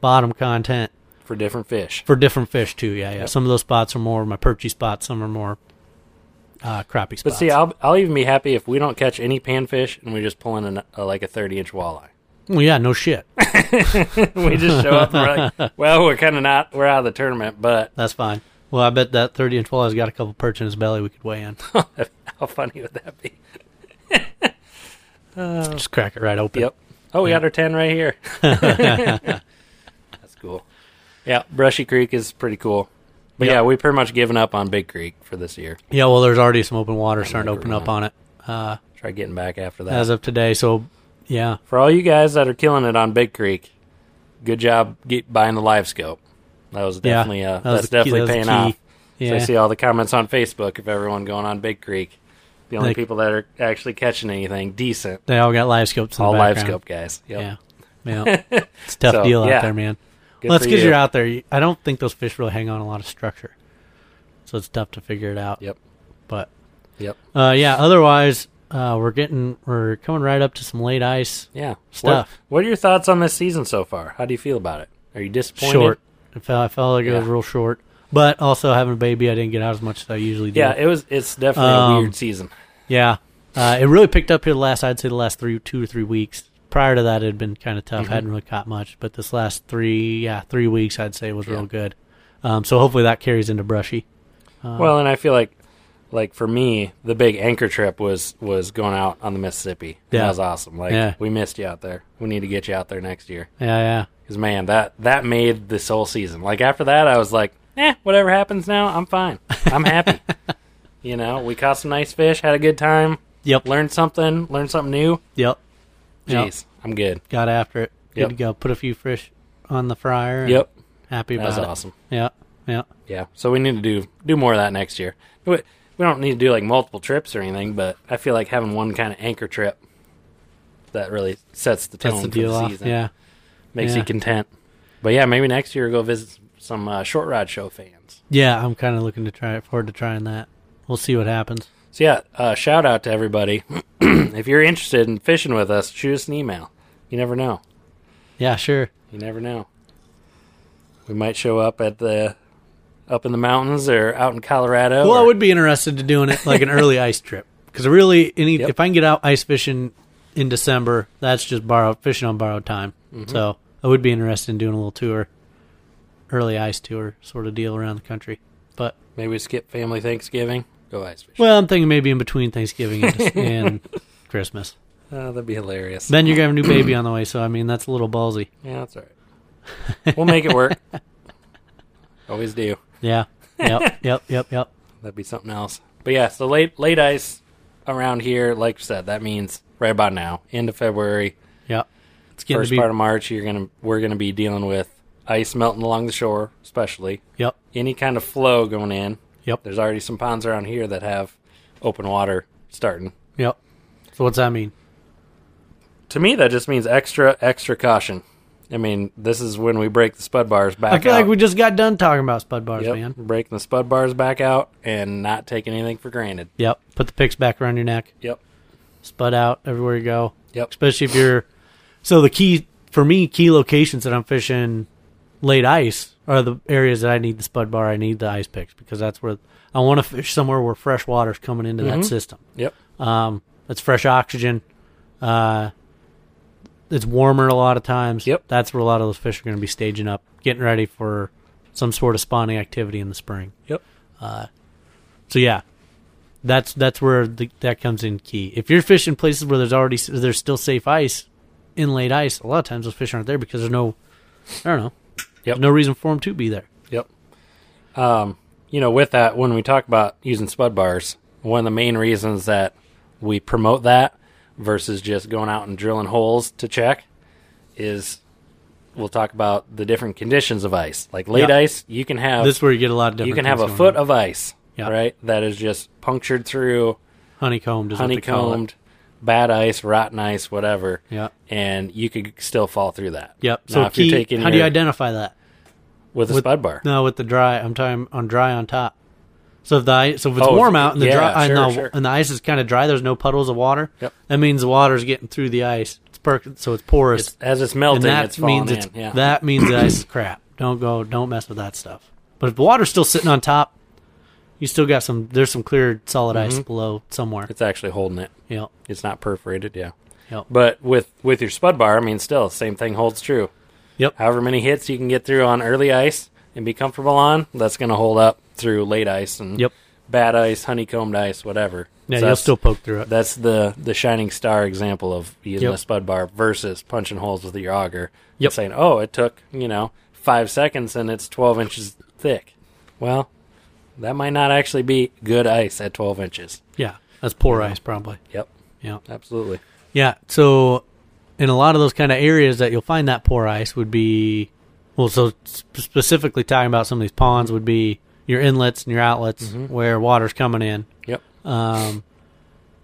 Speaker 2: bottom content
Speaker 1: for different fish.
Speaker 2: for different fish too. Yeah, yeah. Some of those spots are more my perchy spots. Some are more uh, crappie spots.
Speaker 1: But see, I'll I'll even be happy if we don't catch any panfish and we just pull in an, a, like a thirty inch walleye.
Speaker 2: well, yeah, no shit.
Speaker 1: we just show up and we're like, well, we're kind of not we're out of the tournament, but
Speaker 2: That's fine. Well, I bet that thirty inch walleye's got a couple perch in his belly. We could weigh in.
Speaker 1: how funny would that be?
Speaker 2: Just crack it right open.
Speaker 1: Yep. Oh, we got our 10 right here. That's cool. Yeah, Brushy Creek is pretty cool. But
Speaker 2: Yep.
Speaker 1: yeah, we pretty much given up on Big Creek for this year.
Speaker 2: Yeah. Well, there's already some open water starting to
Speaker 1: like
Speaker 2: open
Speaker 1: it
Speaker 2: up on it uh,
Speaker 1: Try getting back after that.
Speaker 2: as of today. So, yeah.
Speaker 1: for all you guys that are killing it on Big Creek, good job get, buying the live scope. That was definitely
Speaker 2: yeah,
Speaker 1: uh,
Speaker 2: that was
Speaker 1: that's
Speaker 2: the key-
Speaker 1: definitely
Speaker 2: that was the
Speaker 1: paying
Speaker 2: key.
Speaker 1: off.
Speaker 2: Yeah.
Speaker 1: So I see all the comments on Facebook of everyone going on Big Creek. The only
Speaker 2: Like-
Speaker 1: people that are actually catching anything decent,
Speaker 2: They all got live scopes. In
Speaker 1: all
Speaker 2: the
Speaker 1: live
Speaker 2: background.
Speaker 1: scope guys. Yep.
Speaker 2: Yeah, yeah. It's a tough
Speaker 1: So,
Speaker 2: deal
Speaker 1: yeah.
Speaker 2: out there, man.
Speaker 1: Good
Speaker 2: well, that's
Speaker 1: for
Speaker 2: because
Speaker 1: you.
Speaker 2: you. are out there. You- I don't think those fish really hang on a lot of structure, so it's tough to figure it out.
Speaker 1: Yep.
Speaker 2: But
Speaker 1: Yep.
Speaker 2: uh, yeah, otherwise uh, we're getting we're coming right up to some late ice.
Speaker 1: Yeah. What-
Speaker 2: Stuff.
Speaker 1: What, are your thoughts on this season so far? How do you feel about it? Are you disappointed?
Speaker 2: Short. I felt, I felt like it was
Speaker 1: Yeah.
Speaker 2: real short, but also having a baby, I didn't get out as much as I usually do.
Speaker 1: Yeah, it was. It's definitely a
Speaker 2: Um,
Speaker 1: weird season.
Speaker 2: Yeah. Uh, it really picked up here the last, I'd say the last three, two or three weeks. Prior to that, it had been kind of
Speaker 1: Mm-hmm.
Speaker 2: tough. Hadn't really caught much, but this last three, yeah, three weeks, I'd say was real
Speaker 1: Yeah.
Speaker 2: good. Um, so hopefully that carries into brushy. Uh-huh.
Speaker 1: well, and I feel like, like for me, the big anchor trip was was going out on the Mississippi. And
Speaker 2: Yeah.
Speaker 1: that was awesome. Like
Speaker 2: Yeah.
Speaker 1: we missed you out there. We need to get you out there next year.
Speaker 2: Yeah, yeah,
Speaker 1: Because man, that that made this whole season. Like after that, I was like, eh, whatever happens now, I'm fine. I'm happy. you know, we caught some nice fish, had a good time,
Speaker 2: yep,
Speaker 1: learned something, learned something new.
Speaker 2: yep. Yep.
Speaker 1: Jeez, I'm good.
Speaker 2: Got after it. Good
Speaker 1: Yep.
Speaker 2: to go. Put a few fish on the fryer. and
Speaker 1: Yep,
Speaker 2: happy
Speaker 1: that
Speaker 2: about
Speaker 1: was
Speaker 2: it.
Speaker 1: awesome.
Speaker 2: Yeah, yeah,
Speaker 1: Yeah, so we need to do do more of that next year. We, we don't need to do like multiple trips or anything, but I feel like having one kind of anchor trip that really sets the tone
Speaker 2: that's the
Speaker 1: for
Speaker 2: deal.
Speaker 1: the
Speaker 2: off.
Speaker 1: season.
Speaker 2: Yeah,
Speaker 1: makes
Speaker 2: yeah.
Speaker 1: you content. But yeah, maybe next year we'll go visit some uh, short rod show fans.
Speaker 2: yeah. I'm kind of looking to try forward to trying that. We'll see what happens.
Speaker 1: So yeah, uh, shout out to everybody. if you're interested in fishing with us, shoot us an email. You never know.
Speaker 2: Yeah, sure.
Speaker 1: You never know. We might show up at the up in the mountains or out in Colorado.
Speaker 2: Well, I
Speaker 1: or-
Speaker 2: would be interested in doing it like an early ice trip because really, any
Speaker 1: Yep.
Speaker 2: if I can get out ice fishing in December, that's just borrowed fishing on borrowed time.
Speaker 1: Mm-hmm.
Speaker 2: So I would be interested in doing a little tour, early ice tour sort of deal around the country. But
Speaker 1: maybe we skip family Thanksgiving. Go ice fishing.
Speaker 2: well, I'm thinking maybe in between Thanksgiving and, Dec- and Christmas.
Speaker 1: Oh, that'd be hilarious.
Speaker 2: Then you're gonna have a new baby on the way, so I mean that's a little ballsy.
Speaker 1: yeah, that's all right. We'll make it work. Always do.
Speaker 2: Yeah. Yep. yep. Yep. Yep.
Speaker 1: That'd be something else. But yeah, so late late ice around here, like you said, that means right about now, end of February,
Speaker 2: Yep. It's getting
Speaker 1: first
Speaker 2: to be.
Speaker 1: part of March, you're gonna we're gonna be dealing with ice melting along the shore, especially
Speaker 2: yep.
Speaker 1: any kind of flow going in.
Speaker 2: Yep.
Speaker 1: There's already some ponds around here that have open water starting.
Speaker 2: Yep. So what's that mean?
Speaker 1: To me, that just means extra extra caution. I mean, this is when we break the spud bars back
Speaker 2: I feel
Speaker 1: out.
Speaker 2: like we just got done talking about spud bars,
Speaker 1: Yep,
Speaker 2: man.
Speaker 1: breaking the spud bars back out and not taking anything for granted.
Speaker 2: Yep. Put the picks back around your neck.
Speaker 1: Yep.
Speaker 2: Spud out everywhere you go.
Speaker 1: Yep.
Speaker 2: Especially if you're. So the key for me, key locations that I'm fishing late ice are the areas that I need the spud bar. I need the ice picks because that's where I want to fish somewhere where fresh water's coming into
Speaker 1: Mm-hmm.
Speaker 2: that system.
Speaker 1: Yep.
Speaker 2: Um, that's fresh oxygen. Uh, it's warmer a lot of times.
Speaker 1: Yep.
Speaker 2: That's where a lot of those fish are going to be staging up, getting ready for some sort of spawning activity in the spring.
Speaker 1: Yep.
Speaker 2: So yeah, that's that's where the, that comes in key. If you're fishing places where there's already there's still safe ice, inlaid ice, a lot of times those fish aren't there because there's no, I don't know,
Speaker 1: Yep.
Speaker 2: no reason for them to be there.
Speaker 1: Yep. Um, you know, with that, when we talk about using spud bars, one of the main reasons that we promote that versus just going out and drilling holes to check is we'll talk about the different conditions of ice. Like late
Speaker 2: Yeah.
Speaker 1: ice, you can have
Speaker 2: This is where you get a lot of different.
Speaker 1: you can have a
Speaker 2: things going
Speaker 1: foot
Speaker 2: on.
Speaker 1: of ice,
Speaker 2: Yeah.
Speaker 1: right? That is just punctured through,
Speaker 2: honeycombed, is what they call it.
Speaker 1: honeycombed, bad ice, rotten ice, whatever.
Speaker 2: Yeah.
Speaker 1: And you could still fall through that.
Speaker 2: Yep.
Speaker 1: So
Speaker 2: So
Speaker 1: if
Speaker 2: key,
Speaker 1: you're taking
Speaker 2: how do you
Speaker 1: your-
Speaker 2: identify that?
Speaker 1: with a
Speaker 2: with-
Speaker 1: spud bar.
Speaker 2: No, with the dry. I'm talking on dry on top. So if the ice, so if it's
Speaker 1: Oh,
Speaker 2: warm out and the
Speaker 1: yeah,
Speaker 2: dry
Speaker 1: sure,
Speaker 2: and, the,
Speaker 1: sure.
Speaker 2: and the ice is kind of dry, there's no puddles of water.
Speaker 1: Yep.
Speaker 2: That means the water's getting through the ice. It's perk, so it's porous.
Speaker 1: It's, as it's melting,
Speaker 2: and that
Speaker 1: it's falling
Speaker 2: means it's
Speaker 1: in. Yeah.
Speaker 2: that means the ice is crap. Don't go. Don't mess with that stuff. But if the water's still sitting on top, you still got some. There's some clear solid ice below somewhere.
Speaker 1: It's actually holding Mm-hmm. it.
Speaker 2: Yep.
Speaker 1: It's not perforated, yeah.
Speaker 2: Yep.
Speaker 1: But with with your spud bar, I mean, still same thing holds true.
Speaker 2: Yep.
Speaker 1: However many hits you can get through on early ice and be comfortable on, that's going to hold up through late ice and
Speaker 2: Yep.
Speaker 1: bad ice, honeycombed ice, whatever.
Speaker 2: Yeah,
Speaker 1: So
Speaker 2: you'll
Speaker 1: that's,
Speaker 2: still poke through it.
Speaker 1: that's the the shining star example of using
Speaker 2: Yep.
Speaker 1: a spud bar versus punching holes with your auger. and
Speaker 2: Yep.
Speaker 1: saying, oh, it took you know five seconds and it's twelve inches thick. Well, that might not actually be good ice at twelve inches.
Speaker 2: yeah. That's poor ice probably.
Speaker 1: Yep,
Speaker 2: Yeah.
Speaker 1: absolutely.
Speaker 2: Yeah. So, in a lot of those kind of areas that you'll find that poor ice would be, well, so sp- specifically talking about some of these ponds would be your inlets and your outlets
Speaker 1: Mm-hmm.
Speaker 2: where water's coming in.
Speaker 1: Yep.
Speaker 2: Um,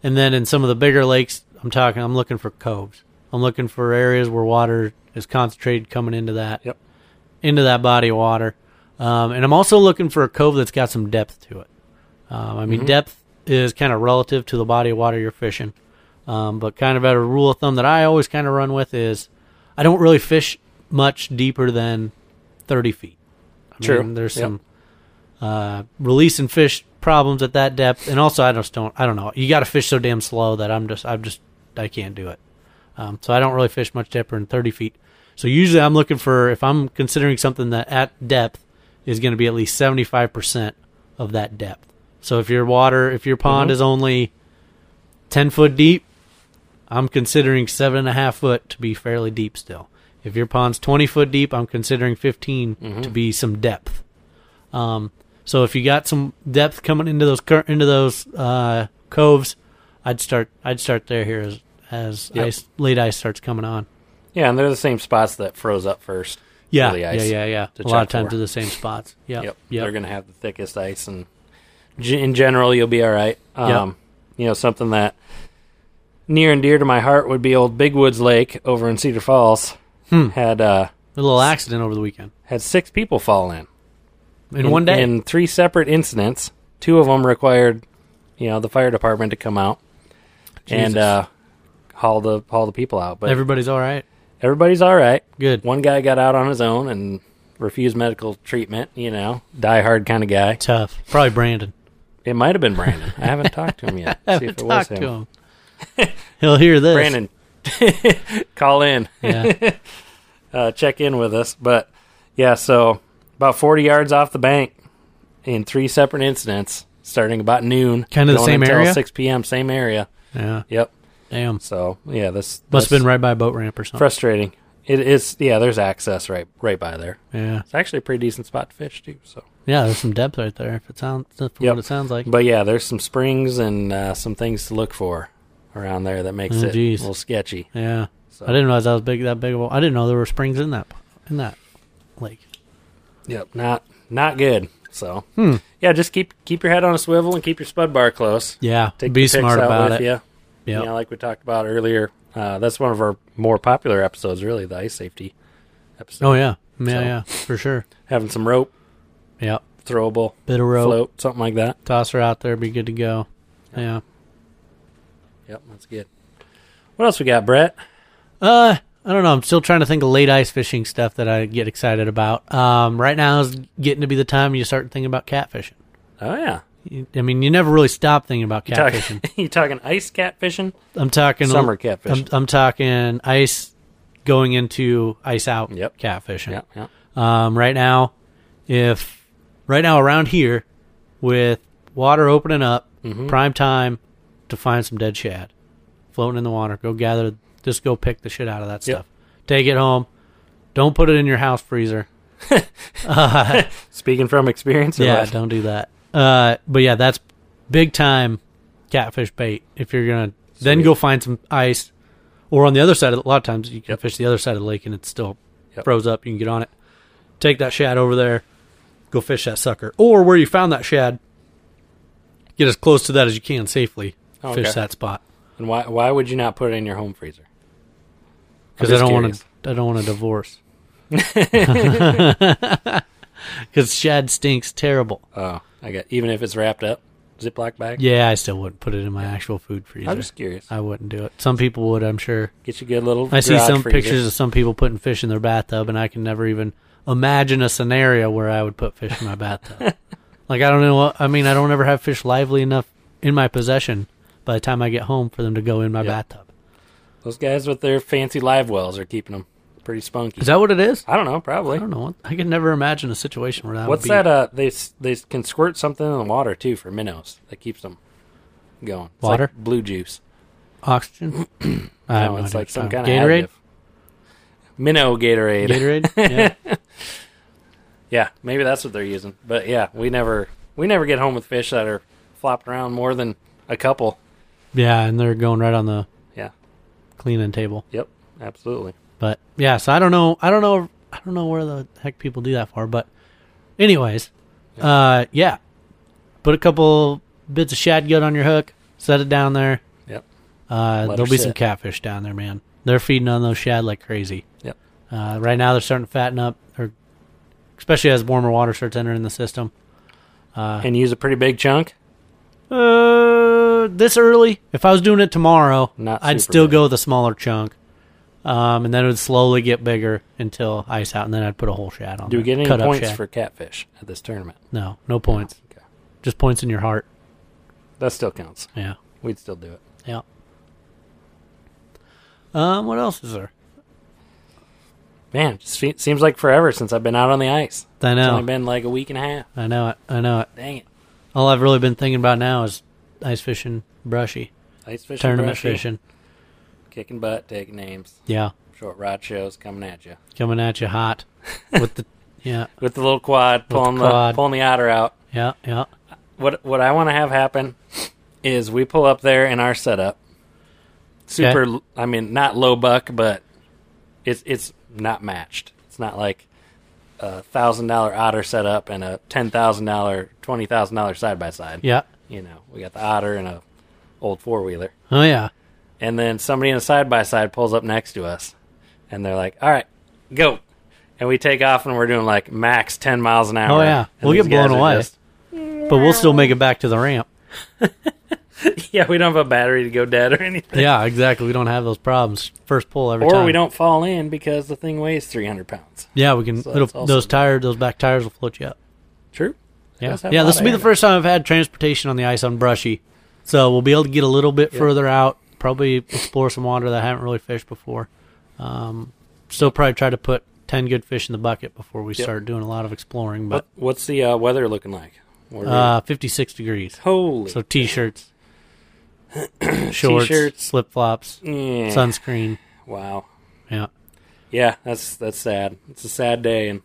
Speaker 2: and then in some of the bigger lakes, I'm talking, I'm looking for coves. I'm looking for areas where water is concentrated coming into that,
Speaker 1: Yep.
Speaker 2: into that body of water. Um, and I'm also looking for a cove that's got some depth to it. Um, I mean,
Speaker 1: Mm-hmm.
Speaker 2: depth is kind of relative to the body of water you're fishing. Um, but kind of at a rule of thumb that I always kind of run with is I don't really fish much deeper than 30 feet. I
Speaker 1: True.
Speaker 2: Mean, there's
Speaker 1: Yep.
Speaker 2: some uh, release and fish problems at that depth, and also I just don't I don't know. You got to fish so damn slow that I'm just I'm just I can't do it. Um, so I don't really fish much deeper than 30 feet. So usually I'm looking for if I'm considering something that at depth is going to be at least 75 percent of that depth. So if your water if your pond
Speaker 1: Mhm.
Speaker 2: is only 10 foot deep, I'm considering seven and a half foot to be fairly deep still. If your pond's 20 foot deep, I'm considering 15
Speaker 1: Mm-hmm.
Speaker 2: to be some depth. Um, so if you got some depth coming into those cur- into those uh, coves, I'd start I'd start there here as as
Speaker 1: Yep.
Speaker 2: ice late ice starts coming on.
Speaker 1: Yeah, and they're the same spots that froze up first.
Speaker 2: Yeah,
Speaker 1: Early
Speaker 2: yeah,
Speaker 1: ice
Speaker 2: yeah, yeah.
Speaker 1: to
Speaker 2: A lot
Speaker 1: check
Speaker 2: of times
Speaker 1: for.
Speaker 2: they're the same spots. Yeah,
Speaker 1: Yep.
Speaker 2: yeah.
Speaker 1: They're going to have the thickest ice, and g- in general, you'll be all right. Um, You know, something that near and dear to my heart would be old Big Woods Lake over in Cedar Falls. Had uh,
Speaker 2: a little accident over the weekend
Speaker 1: had six people fall in
Speaker 2: in, one day.
Speaker 1: in three separate incidents. Two of them required you know, the fire department to come out and
Speaker 2: Jesus.
Speaker 1: uh, haul the haul the people out. But
Speaker 2: Everybody's all right.
Speaker 1: everybody's all right.
Speaker 2: Good.
Speaker 1: One guy got out on his own and refused medical treatment. You know, die hard kind of guy.
Speaker 2: Tough. Probably Brandon.
Speaker 1: It might have been Brandon. I haven't talked to him yet. See if it was
Speaker 2: Talk
Speaker 1: him.
Speaker 2: to him. He'll hear this.
Speaker 1: Brandon, call in,
Speaker 2: Yeah.
Speaker 1: uh, check in with us. But yeah, so about 40 yards off the bank in three separate incidents, starting about noon.
Speaker 2: Kinda the
Speaker 1: going
Speaker 2: same
Speaker 1: until
Speaker 2: area?
Speaker 1: 6 p.m. Same area.
Speaker 2: Yeah.
Speaker 1: Yep.
Speaker 2: Damn.
Speaker 1: So yeah, this
Speaker 2: Must have
Speaker 1: that's
Speaker 2: been right by a boat ramp or something.
Speaker 1: frustrating. It is. Yeah, there's access right right by there.
Speaker 2: yeah.
Speaker 1: It's actually a pretty decent spot to fish too. So,
Speaker 2: Yeah, there's some depth right there. If it sounds from
Speaker 1: Yep.
Speaker 2: what it sounds like.
Speaker 1: but yeah, there's some springs and uh, some things to look for around there that makes
Speaker 2: Oh,
Speaker 1: it
Speaker 2: geez.
Speaker 1: a little sketchy.
Speaker 2: Yeah.
Speaker 1: So,
Speaker 2: I didn't realize that was big that big of a I didn't know there were springs in that in that lake.
Speaker 1: Yep, not not good. So
Speaker 2: Hmm.
Speaker 1: yeah, just keep keep your head on a swivel and keep your spud bar close.
Speaker 2: Yeah.
Speaker 1: Take
Speaker 2: be
Speaker 1: your picks
Speaker 2: smart
Speaker 1: out
Speaker 2: about
Speaker 1: with
Speaker 2: it.
Speaker 1: You.
Speaker 2: Yep.
Speaker 1: You know, like we talked about earlier. Uh, that's one of our more popular episodes, really, the ice safety episode.
Speaker 2: Oh yeah. Yeah,
Speaker 1: So-
Speaker 2: yeah. For sure.
Speaker 1: Having some rope,
Speaker 2: Yeah.
Speaker 1: throwable,
Speaker 2: Bit of rope.
Speaker 1: float, something like that.
Speaker 2: Toss her out there, be good to go. Yeah.
Speaker 1: Yep, that's good. What else we got, Brett?
Speaker 2: Uh, I don't know. I'm still trying to think of late ice fishing stuff that I get excited about. Um, right now is getting to be the time you start thinking about catfishing.
Speaker 1: Oh yeah,
Speaker 2: You- I mean, you never really stop thinking about
Speaker 1: you talking
Speaker 2: catfishing.
Speaker 1: you talking ice catfishing?
Speaker 2: I'm talking
Speaker 1: Summer catfishing.
Speaker 2: I'm, I'm talking ice going into ice out
Speaker 1: Yep.
Speaker 2: catfishing.
Speaker 1: yeah, yeah.
Speaker 2: Um, right now, if right now around here with water opening up, prime time to find some dead shad floating in the water. Go gather, just go pick the shit out of that
Speaker 1: Yep.
Speaker 2: stuff. Take it home. Don't put it in your house freezer. Uh,
Speaker 1: Speaking from experience, or
Speaker 2: yeah,
Speaker 1: what?
Speaker 2: don't do that. Uh, but yeah, that's big time catfish bait. If you're gonna then
Speaker 1: Sweet.
Speaker 2: go find some ice, or on the other side of a lot of times you can fish the other side of the lake and it's still
Speaker 1: Yep.
Speaker 2: froze up. You can get on it, take that shad over there, go fish that sucker, or where you found that shad, get as close to that as you can safely.
Speaker 1: Oh,
Speaker 2: fish
Speaker 1: okay.
Speaker 2: that spot
Speaker 1: And why why would you not put it in your home freezer?
Speaker 2: because I
Speaker 1: just
Speaker 2: don't want
Speaker 1: curious.
Speaker 2: to. I don't want to divorce. Because shad stinks terrible.
Speaker 1: Oh, I got even if it's wrapped up, Ziploc bag.
Speaker 2: Yeah, I still wouldn't put it in my actual food freezer.
Speaker 1: I'm just curious.
Speaker 2: I wouldn't do it. Some people would, I'm sure.
Speaker 1: Get you a good little.
Speaker 2: I see
Speaker 1: garage
Speaker 2: some
Speaker 1: freezer.
Speaker 2: pictures of some people putting fish in their bathtub, and I can never even imagine a scenario where I would put fish in my bathtub. like I don't know. What, I mean, I don't ever have fish lively enough in my possession by the time I get home for them to go in my
Speaker 1: Yeah.
Speaker 2: bathtub.
Speaker 1: Those guys with their fancy live wells are keeping them pretty spunky.
Speaker 2: Is that what it is?
Speaker 1: I don't know,
Speaker 2: I
Speaker 1: probably.
Speaker 2: don't know. I can never imagine a situation where that.
Speaker 1: What's
Speaker 2: would be.
Speaker 1: that? Uh, they s- they s- can squirt something in the water too for minnows. That keeps them going. It's like
Speaker 2: Water?
Speaker 1: blue juice.
Speaker 2: Oxygen. I have
Speaker 1: no,
Speaker 2: no
Speaker 1: it's
Speaker 2: idea
Speaker 1: like
Speaker 2: what
Speaker 1: some
Speaker 2: you're
Speaker 1: kind
Speaker 2: talking about.
Speaker 1: of additive. Minnow Gatorade.
Speaker 2: Gatorade. Gatorade. Yeah.
Speaker 1: yeah, maybe that's what they're using. But yeah, we never we never get home with fish that are flopping around more than a couple.
Speaker 2: yeah, and they're going right on the
Speaker 1: Yeah.
Speaker 2: cleaning table.
Speaker 1: Yep. Absolutely.
Speaker 2: But yeah, so I don't know. I don't know. I don't know where the heck people do that for. But anyways, uh, yeah, put a couple bits of shad gut on your hook, set it down there.
Speaker 1: Yep.
Speaker 2: Uh,
Speaker 1: Let
Speaker 2: there'll
Speaker 1: her
Speaker 2: be
Speaker 1: sit.
Speaker 2: some catfish down there, man. They're feeding on those shad like crazy.
Speaker 1: Yep.
Speaker 2: Uh, right now they're starting to fatten up, or especially as warmer water starts entering the system.
Speaker 1: and use a pretty big chunk.
Speaker 2: Uh, this early. If I was doing it tomorrow,
Speaker 1: Not
Speaker 2: I'd
Speaker 1: super
Speaker 2: still
Speaker 1: big.
Speaker 2: go with a smaller chunk. Um, and then it would slowly get bigger until ice out, and then I'd put a whole shad on.
Speaker 1: Do we
Speaker 2: there.
Speaker 1: get any
Speaker 2: Cut up
Speaker 1: points
Speaker 2: shad.
Speaker 1: for catfish at this tournament?
Speaker 2: No, no points.
Speaker 1: Okay.
Speaker 2: Just points in your heart.
Speaker 1: That still counts.
Speaker 2: Yeah,
Speaker 1: We'd still do it.
Speaker 2: yeah. Um, what else is there?
Speaker 1: Man, just fe- seems like forever since I've been out on the ice.
Speaker 2: I
Speaker 1: It's
Speaker 2: know,
Speaker 1: only been like a week and a half.
Speaker 2: I know it, I know it.
Speaker 1: Dang it.
Speaker 2: All I've really been thinking about now is ice fishing, brushy,
Speaker 1: Ice fishing,
Speaker 2: tournament
Speaker 1: brushy,
Speaker 2: fishing.
Speaker 1: kicking butt, taking names,
Speaker 2: Yeah,
Speaker 1: short rod shows coming at you
Speaker 2: coming at you hot with the yeah,
Speaker 1: with the little quad,
Speaker 2: the
Speaker 1: pulling the,
Speaker 2: quad.
Speaker 1: pulling the otter out.
Speaker 2: yeah, yeah.
Speaker 1: What what I want to have happen is we pull up there in our setup. Super, l I I mean, not low buck, but it's it's not matched. It's not like a thousand dollar otter setup and a ten thousand dollar, twenty thousand dollar side by side.
Speaker 2: Yeah.
Speaker 1: you know, we got the otter and a old four wheeler.
Speaker 2: Oh yeah.
Speaker 1: And then somebody in a side by side pulls up next to us and they're like, All right, go. And we take off and we're doing like max ten miles an hour.
Speaker 2: Oh, yeah.
Speaker 1: And
Speaker 2: We'll get
Speaker 1: these guys
Speaker 2: blown
Speaker 1: are
Speaker 2: away.
Speaker 1: just-
Speaker 2: But we'll still make it back to the ramp.
Speaker 1: yeah, we don't have a battery to go dead or anything.
Speaker 2: Yeah, exactly. We don't have those problems. First pull every
Speaker 1: Or
Speaker 2: time.
Speaker 1: we don't fall in because the thing weighs 300 pounds.
Speaker 2: Yeah, we can.
Speaker 1: So that's
Speaker 2: it'll,
Speaker 1: also
Speaker 2: those tires, those back tires, will float you up.
Speaker 1: True.
Speaker 2: Yeah,
Speaker 1: does have
Speaker 2: yeah.
Speaker 1: a
Speaker 2: This
Speaker 1: lot
Speaker 2: will be
Speaker 1: of
Speaker 2: the
Speaker 1: air.
Speaker 2: first time I've had transportation on the ice on brushy, so we'll be able to get a little bit further out. Probably explore some water that I haven't really fished before. Um, still probably try to put ten good fish in the bucket before we
Speaker 1: Yep.
Speaker 2: start doing a lot of exploring.
Speaker 1: What,
Speaker 2: But
Speaker 1: what's the uh, weather looking like? What are we-
Speaker 2: uh, fifty-six degrees.
Speaker 1: holy.
Speaker 2: So t-shirts, shorts,
Speaker 1: T-shirts.
Speaker 2: flip flops,
Speaker 1: yeah.
Speaker 2: sunscreen.
Speaker 1: eh, Wow.
Speaker 2: Yeah.
Speaker 1: Yeah, that's that's sad. It's a sad day in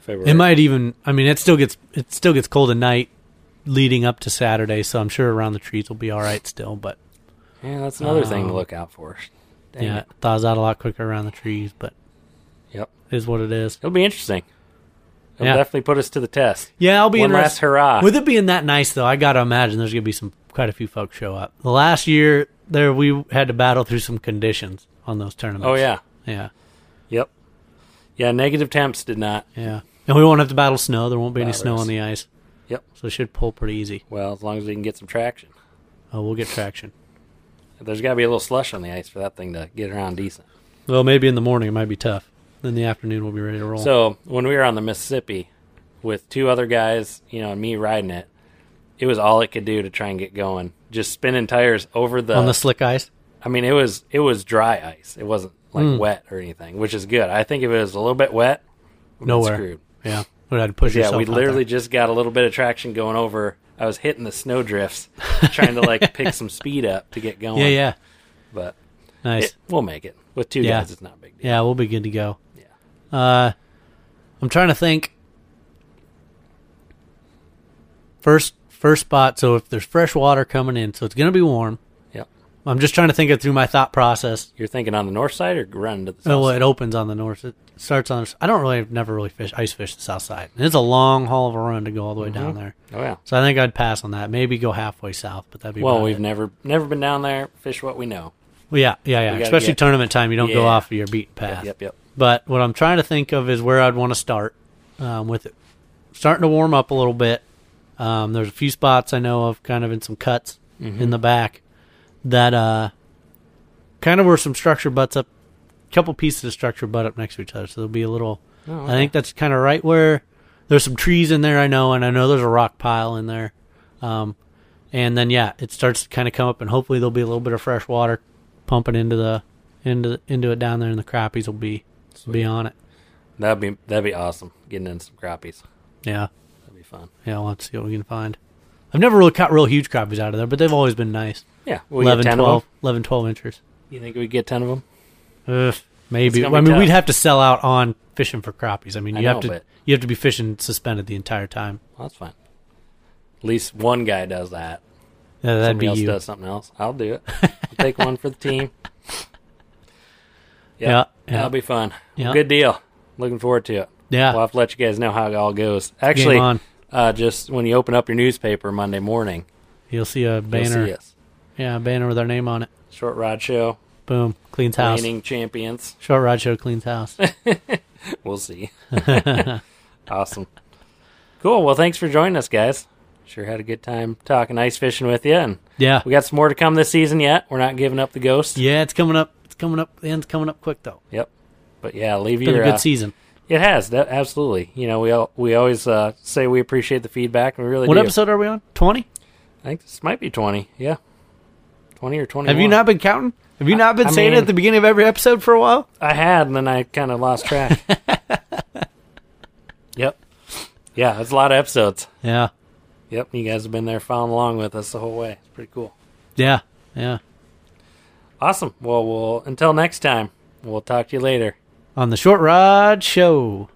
Speaker 1: February.
Speaker 2: It might even. I mean, it still gets it still gets cold at night, leading up to Saturday. So I'm sure around the trees will be all right still. But
Speaker 1: Yeah, that's another thing to
Speaker 2: Um,
Speaker 1: look out for. Dang
Speaker 2: yeah,
Speaker 1: it.
Speaker 2: it thaws out a lot quicker around the trees. But
Speaker 1: Yep.
Speaker 2: it is what it is.
Speaker 1: It'll be interesting. It'll
Speaker 2: Yeah.
Speaker 1: definitely put us to the test.
Speaker 2: Yeah, I'll be
Speaker 1: One last
Speaker 2: interested.
Speaker 1: hurrah.
Speaker 2: With it being that nice though, I gotta imagine there's gonna be some quite a few folks show up. The last year there, we had to battle through some conditions on those tournaments.
Speaker 1: oh yeah.
Speaker 2: yeah,
Speaker 1: Yep. Yeah, negative temps did not.
Speaker 2: yeah. And we won't have to battle snow. There won't be any snow
Speaker 1: Batters.
Speaker 2: on the ice.
Speaker 1: Yep.
Speaker 2: So it should pull pretty easy.
Speaker 1: Well, as long as we can get some traction.
Speaker 2: Oh, we'll get traction.
Speaker 1: There's got to be a little slush on the ice for that thing to get around decent.
Speaker 2: Well, maybe in the morning it might be tough. In the afternoon we'll be ready to roll.
Speaker 1: So when we were on the Mississippi with two other guys, you know, and me riding it, it was all it could do to try and get going. Just spinning tires over the.
Speaker 2: on the slick ice.
Speaker 1: I mean, it was it was dry ice. It wasn't like
Speaker 2: Mm.
Speaker 1: wet or anything, which is good. I think if it was a little bit wet, we'd been
Speaker 2: Nowhere.
Speaker 1: screwed.
Speaker 2: Yeah, would have to push
Speaker 1: Yeah,
Speaker 2: yourself.
Speaker 1: we
Speaker 2: out
Speaker 1: literally
Speaker 2: there.
Speaker 1: just got a little bit of traction going over. I was hitting the snow drifts, trying to like pick some speed up to get going.
Speaker 2: Yeah, yeah.
Speaker 1: But
Speaker 2: Nice.
Speaker 1: it- we'll make it with two
Speaker 2: Yeah.
Speaker 1: guys. It's not a big deal.
Speaker 2: yeah, we'll be good to go. Yeah. Uh, I'm trying to think. First, first spot. So if there's fresh water coming in, so it's gonna be warm.
Speaker 1: Yep.
Speaker 2: I'm just trying to think it through my thought process.
Speaker 1: You're thinking on the north side or running to the south?
Speaker 2: Oh, well,
Speaker 1: side?
Speaker 2: it opens on the north. It starts on. The, I don't really, I've never really fish ice fish the south side. And it's a long haul of a run to go all the way down there.
Speaker 1: Oh yeah.
Speaker 2: So I think I'd pass on that. Maybe go halfway south, but that'd be
Speaker 1: Well,
Speaker 2: about
Speaker 1: we've
Speaker 2: it.
Speaker 1: never never been down there. Fish what we know.
Speaker 2: Well, yeah, yeah, yeah.
Speaker 1: We gotta
Speaker 2: Especially
Speaker 1: get-
Speaker 2: tournament time, you don't go
Speaker 1: Yeah.
Speaker 2: off of your beaten path.
Speaker 1: Yep, yep.
Speaker 2: But what I'm trying to think of is where I'd want to start um, with it. Starting to warm up a little bit. Um, there's a few spots I know of, kind of in some cuts
Speaker 1: Mm-hmm.
Speaker 2: in the back, that uh, kind of were some structure butts up, couple pieces of structure butt up next to each other. So there'll be a little.
Speaker 1: Oh,
Speaker 2: I think that's kind of right where there's some trees in there. I know, and I know there's a rock pile in there. Um, and then yeah, it starts to kind of come up, and hopefully there'll be a little bit of fresh water pumping into the into into it down there, and the crappies will be be on it.
Speaker 1: That'd be that'd be awesome. Getting in some crappies.
Speaker 2: Yeah,
Speaker 1: That'd be fun.
Speaker 2: yeah. We'll have to see what we can find. I've never really caught real huge crappies out of there, but they've always been nice.
Speaker 1: Yeah, we get
Speaker 2: 11,
Speaker 1: 10 of
Speaker 2: 12,
Speaker 1: them.
Speaker 2: 11, 12 inches.
Speaker 1: You think we get ten of them?
Speaker 2: Ugh, maybe.
Speaker 1: It's
Speaker 2: I
Speaker 1: gonna
Speaker 2: mean,
Speaker 1: be
Speaker 2: we'd
Speaker 1: tough.
Speaker 2: have to sell out on fishing for crappies. I mean,
Speaker 1: I
Speaker 2: you have
Speaker 1: know,
Speaker 2: to
Speaker 1: but-
Speaker 2: you have to be fishing suspended the entire time.
Speaker 1: Well, that's fine. At least one guy does that.
Speaker 2: Yeah, that'd
Speaker 1: Somebody
Speaker 2: be
Speaker 1: else
Speaker 2: you.
Speaker 1: does something else. I'll do it. I'll take one for the team. Yep,
Speaker 2: Yeah, yeah.
Speaker 1: that'll be fun.
Speaker 2: Yeah.
Speaker 1: Good deal. Looking forward to it.
Speaker 2: Yeah.
Speaker 1: We'll have to let you guys know how it all goes. Actually,
Speaker 2: on.
Speaker 1: Uh, just when you open up your newspaper Monday morning,
Speaker 2: You'll see a
Speaker 1: you'll
Speaker 2: banner.
Speaker 1: see us.
Speaker 2: Yeah, a banner with our name on it.
Speaker 1: Short Rod Show,
Speaker 2: Boom. Cleans house.
Speaker 1: reigning champions.
Speaker 2: Short rod show cleans house.
Speaker 1: We'll see. awesome. Cool. Well, thanks for joining us, guys. Sure had a good time talking ice fishing with you, and
Speaker 2: yeah.
Speaker 1: we got some more to come this season yet. We're not giving up the ghost.
Speaker 2: Yeah, it's coming up. It's coming up. The end's coming up quick though.
Speaker 1: Yep. But yeah, leave
Speaker 2: Been
Speaker 1: your
Speaker 2: a good
Speaker 1: uh,
Speaker 2: season.
Speaker 1: It has that absolutely. You know, we all, we always uh, say we appreciate the feedback, and we really
Speaker 2: What
Speaker 1: do.
Speaker 2: episode are we on? Twenty?
Speaker 1: I think this might be twenty. Yeah, twenty or twenty.
Speaker 2: Have you not been counting? Have you not been
Speaker 1: I
Speaker 2: saying it
Speaker 1: mean-
Speaker 2: at the beginning of every episode for a while?
Speaker 1: I had, and then I kind of lost track. yep. Yeah, it's a lot of episodes.
Speaker 2: Yeah.
Speaker 1: Yep, you guys have been there following along with us the whole way. It's pretty cool.
Speaker 2: Yeah. Yeah.
Speaker 1: Awesome. Well, we'll until next time. We'll talk to you later.
Speaker 2: On the short rod show.